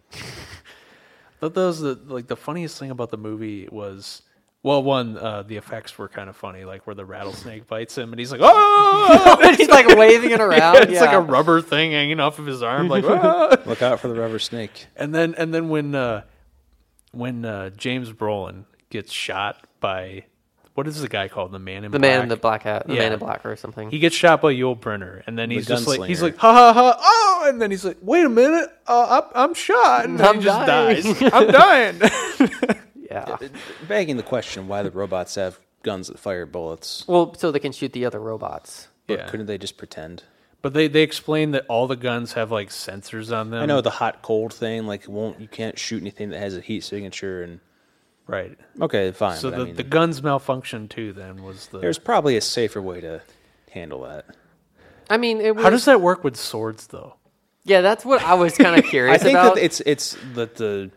C: But that was the like the funniest thing about the movie was well one uh, the effects were kind of funny like where the rattlesnake bites him and he's like oh
B: he's like waving it around.
C: it's like
B: yeah.
C: a rubber thing hanging off of his arm like "Ah!"
A: Look out for the rubber snake.
C: and then and then when uh, when uh, James Brolin gets shot by what is the guy called the man in
B: the
C: black?
B: man in the black hat, the
C: Yeah.
B: man in black or something.
C: he gets shot by Yul Brynner and then he's just like he's
A: gunslinger.
C: like ha ha ha oh and then he's like wait a minute uh, I'm, I'm shot and then
B: I'm
C: he just
B: dying.
C: dies I'm dying
B: yeah.
A: Begging the question why the robots have guns that fire bullets.
B: Well, so they can shoot the other robots.
A: But
C: Yeah.
A: couldn't they just pretend?
C: But they they explain that all the guns have like sensors on them.
A: I know the hot cold thing. Like, it won't you can't shoot anything that has a heat signature. And
C: right?
A: okay, fine.
C: So
A: but
C: the,
A: I mean,
C: the guns malfunction too. Then was the
A: there's probably a safer way to handle that.
B: I mean, it was,
C: how does that work with swords though?
B: yeah, that's what I was kind of
A: I
B: curious
A: think
B: about.
A: that it's it's that the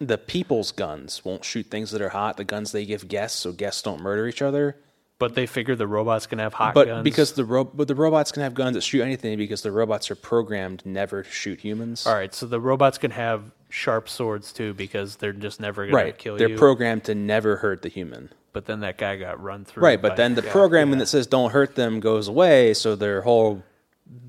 A: the people's guns won't shoot things that are hot. The guns they give guests, so guests don't murder each other.
C: But they figure the robots can have hot
A: But
C: guns.
A: because the ro- but the robots can have guns that shoot anything because the robots are programmed never to shoot humans.
C: all right, so the robots can have sharp swords too because they're just never gonna
A: right.
C: kill
A: They're
C: you.
A: programmed to never hurt the human.
C: but then that guy got run through.
A: Right, but
C: by-
A: then the
C: yeah.
A: programming that says don't hurt them goes away, so their whole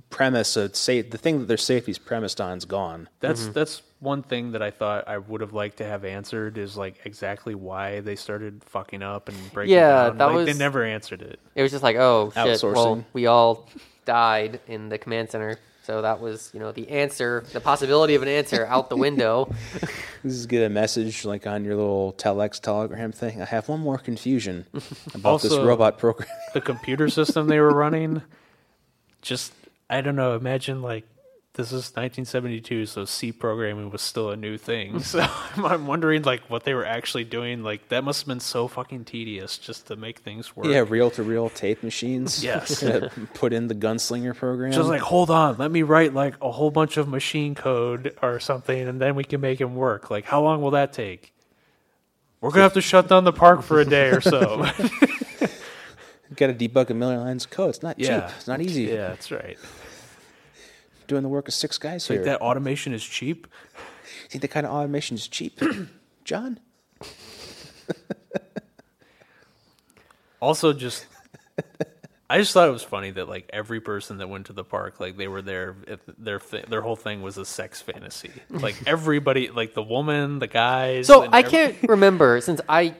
A: premise of say the thing that their safety's premised on is gone.
C: That's that's one thing that I thought I would have liked to have answered is like exactly why they started fucking up and breaking
B: Yeah,
C: down.
B: that
C: like, they
B: was-
C: never answered it.
B: It was just like, oh shit, well
A: Outsourcing.
B: we all died in the command center. So that was, you know, the answer, the possibility of an answer out the window.
A: This is get a message like on your little telex telegram thing. I have one more confusion about this
C: Also-
A: robot program.
C: The computer system they were running, just I don't know. Imagine like this is 1972, so C programming was still a new thing. So I'm, I'm wondering like what they were actually doing. Like that must have been so fucking tedious just to make things work.
A: yeah, reel to reel tape machines.
C: Yes.
A: that put in the gunslinger program.
C: Just like, hold on, let me write like a whole bunch of machine code or something, and then we can make him work. Like, how long will that take? We're gonna have to shut down the park for a day or so.
A: got to debug a million lines of code. It's not cheap. It's not easy.
C: Yeah, that's right.
A: Doing the work of six guys
C: Like
A: here.
C: that automation is cheap.
A: You think that kind of automation is cheap, John?
C: Also, just I just thought it was funny that like every person that went to the park, like they were there, if their thi- their whole thing was a sex fantasy. Like everybody, like the woman, the guys.
B: So
C: and
B: I
C: every-
B: can't remember since I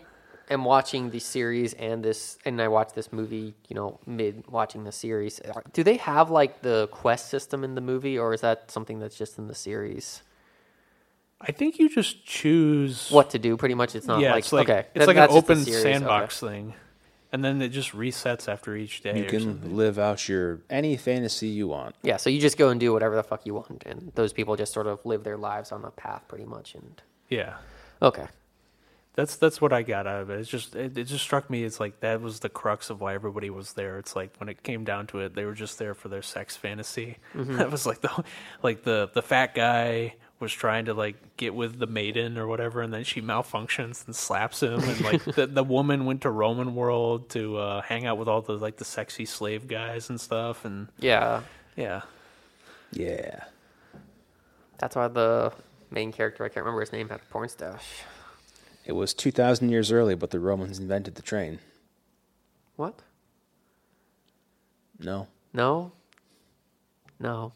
B: am watching the series and this, and I watched this movie, you know, mid watching the series. uh, Do they have like the quest system in the movie, or is that something that's just in the series?
C: I think you just choose
B: What to do? Pretty much, it's not
C: yeah,
B: like,
C: it's like
B: okay,
C: it's
B: that-
C: like an
B: that's just the
C: open
B: series,
C: sandbox thing, and then it just resets after each day.
A: You
C: or something.
A: can live out your any fantasy you want.
B: Okay. Yeah, so you just go and do whatever the fuck you want, and those people just sort of live their lives on a path, pretty much. And
C: yeah,
B: okay,
C: that's that's what I got out of it. It's just it, it just struck me as like that was the crux of why everybody was there. It's like when it came down to it, they were just there for their sex fantasy.
A: Mm-hmm.
C: That was like the like the the fat guy was trying to like get with the maiden or whatever and then she malfunctions and slaps him and like the, the woman went to roman world to uh, hang out with all the like the sexy slave guys and stuff and
B: yeah,
C: yeah
A: Yeah.
B: that's why the main character I can't remember his name had a porn stash.
A: It was 2,000 years early, but the Romans invented the train.
B: What?
A: No.
B: No. No.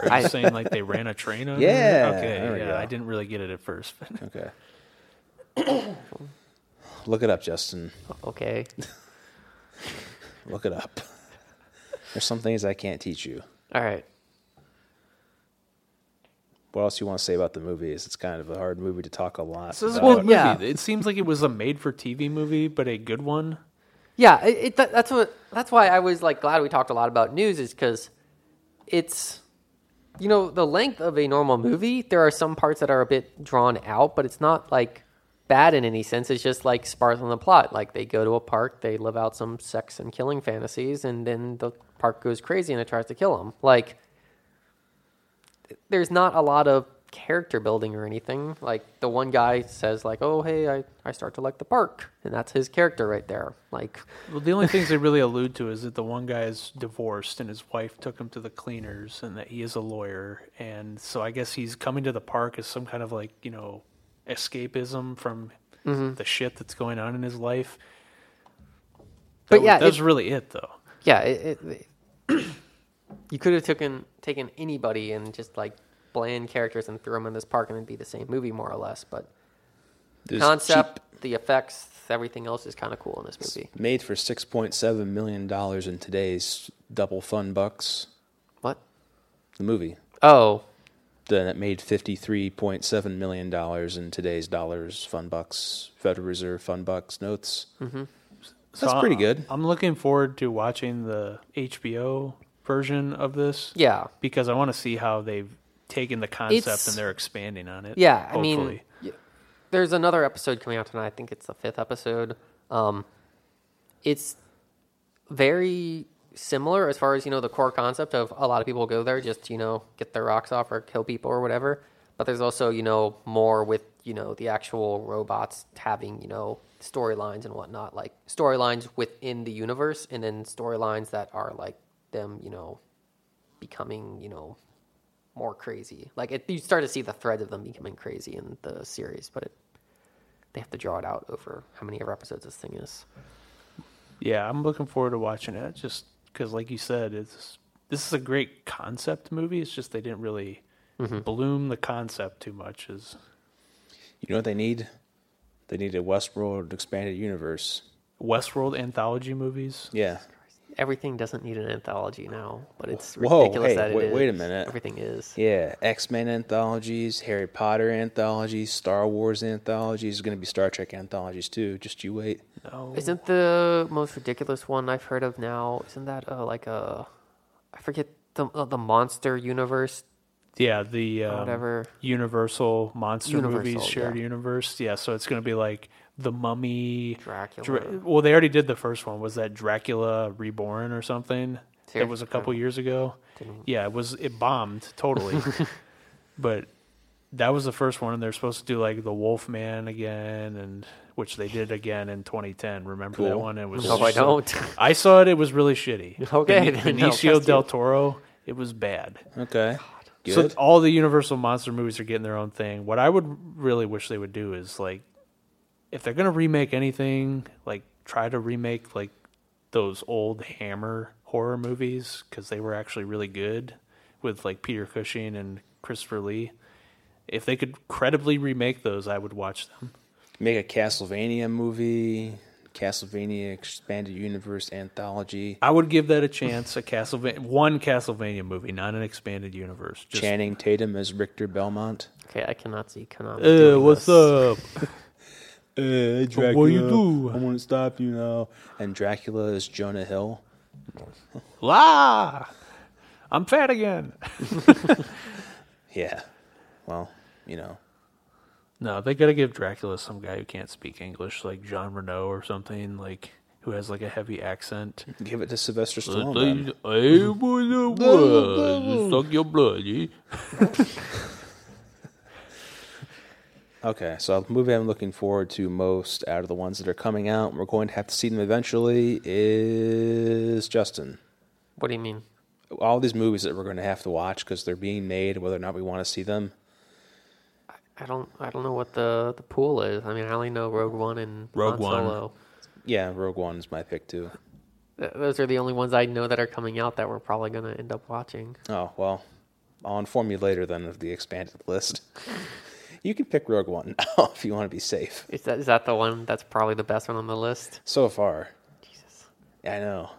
C: Are you
B: I-
C: saying like they ran a train on
A: Yeah,
C: it?
A: there we
C: Okay.
A: go.
C: Yeah, I didn't really get it at first. but-
A: Okay. Look it up, Justin.
B: Okay.
A: Look it up. There's some things I can't teach you.
B: All right.
A: What else you want to say about the movie? Is it's kind of a hard movie to talk a lot.
C: This is a
A: about.
C: good
B: yeah.
C: movie. Uh, It seems like it was a made-for-TV movie, but a good one.
B: Yeah, it, it, that, that's what. That's why I was like glad we talked a lot about news is because it's you know the length of a normal movie. There are some parts that are a bit drawn out, but it's not like bad in any sense. It's just like sparse on the plot. Like they go to a park, they live out some sex and killing fantasies, and then the park goes crazy and it tries to kill them. Like there's not a lot of character building or anything. Like the one guy says, like, "Oh, hey, I I start to like the park," and that's his character right there. Like.
C: Well, the only things they really allude to is that the one guy is divorced and his wife took him to the cleaners, and that he is a lawyer, and so I guess he's coming to the park as some kind of like you know escapism from
B: Mm-hmm.
C: the shit that's going on in his life.
B: But
C: That was-
B: yeah,
C: that's
B: it-
C: really it though.
B: yeah, it, it, you could have taken taken anybody and just like bland characters and threw them in this park and it'd be the same movie more or less. But
A: This
B: concept, the effects, everything else is kind of cool in this movie.
A: cheap- made for 6.7 million dollars in today's double fun bucks.
B: What?
A: The movie.
B: Oh,
A: Then it made 53.7 million dollars in today's dollars fun bucks, Federal Reserve fun bucks notes.
C: Mm-hmm.
A: That's
C: I-
A: pretty good.
C: I'm looking forward to watching the HBO version of this.
B: yeah,
C: Because I want to see how they've taken the concept
B: It's-
C: and they're expanding on it.
B: yeah. I mean,
C: hopefully.
B: y- there's another episode coming out tonight. I think it's the fifth episode. Um, it's very similar as far as you know the core concept of a lot of people go there just to, you know get their rocks off or kill people or whatever but there's also you know more with you know the actual robots having you know storylines and whatnot like storylines within the universe and then storylines that are like them you know becoming you know more crazy like it, you start to see the threads of them becoming crazy in the series but it, they have to draw it out over how many ever episodes this thing is
C: yeah, I'm looking forward to watching it. Just because, like you said, it's this is a great concept movie. It's just they didn't really
B: Mm-hmm.
C: bloom the concept too much. Is
A: You know what they need? They need a Westworld expanded universe.
C: Westworld anthology movies?
A: Yeah.
B: Everything doesn't need an anthology now, but it's
A: Whoa,
B: ridiculous
A: hey,
B: that it
A: wait-
B: is.
A: wait a minute.
B: Everything is.
A: Yeah. X Men anthologies, Harry Potter anthologies, Star Wars anthologies. There's going to be Star Trek anthologies too. Just you wait.
C: No,
B: Isn't the most ridiculous one I've heard of now? Isn't that uh, like a I forget the uh, the monster universe
C: yeah, the um,
B: whatever.
C: Universal monster movies
B: Universal,
C: shared
B: yeah.
C: universe. Yeah, so it's gonna be like the Mummy,
B: Dracula.
C: Dra- well, they already did the first one. Was that Dracula Reborn or something? That
B: Seriously?
C: was a couple years ago. Yeah, it was. It bombed totally, but that was the first one, and they're supposed to do like the Wolfman again, and which they did again in 2010. Remember that
A: Cool.
C: one? It was.
B: No, I
C: so-
B: don't.
C: I saw it. It was really shitty.
B: Okay,
C: Beni-
B: then I'll
C: Benicio
B: trust
C: del
B: you.
C: Toro. It was bad.
A: Okay. Good.
C: So all the Universal monster movies are getting their own thing. What I would really wish they would do is like, if they're gonna remake anything, like try to remake like those old Hammer horror movies because they were actually really good with like Peter Cushing and Christopher Lee. If they could credibly remake those, I would watch them.
A: Make a Castlevania movie, Castlevania expanded universe anthology.
C: I would give that a chance. A Castlevania, one Castlevania movie, not an expanded universe. Just,
A: Channing Tatum as Richter Belmont.
B: Okay, I cannot see Konami.
C: "Eh,
B: doing
C: what's
B: this.
C: up?
A: Uh, Dracula,
C: what do you do?
A: I want to stop you now. And Dracula is Jonah Hill.
C: La! I'm fat again.
A: Yeah. Well, you know.
C: No, they gotta give Dracula some guy who can't speak English, like Jean Renault or something, like who has like a heavy accent.
A: Give it to Sylvester Stallone. then.
C: Suck your blood.
A: Okay, so the movie I'm looking forward to most out of the ones that are coming out, and we're going to have to see them eventually, is Justin.
B: What do you mean?
A: All these movies that we're going to have to watch because they're being made, whether or not we want to see them.
B: I don't I don't know what the the pool is. I mean, I only know Rogue One and
C: Rogue
B: Han
C: One.
B: Solo.
A: Yeah, Rogue One is my pick too.
B: Th- Those are the only ones I know that are coming out that we're probably gonna end up watching.
A: Oh well, I'll inform you later then of the expanded list. you can pick Rogue One now if you want to be safe.
B: Is that is that the one that's probably the best one on the list?
A: So far,
B: Jesus.
A: I know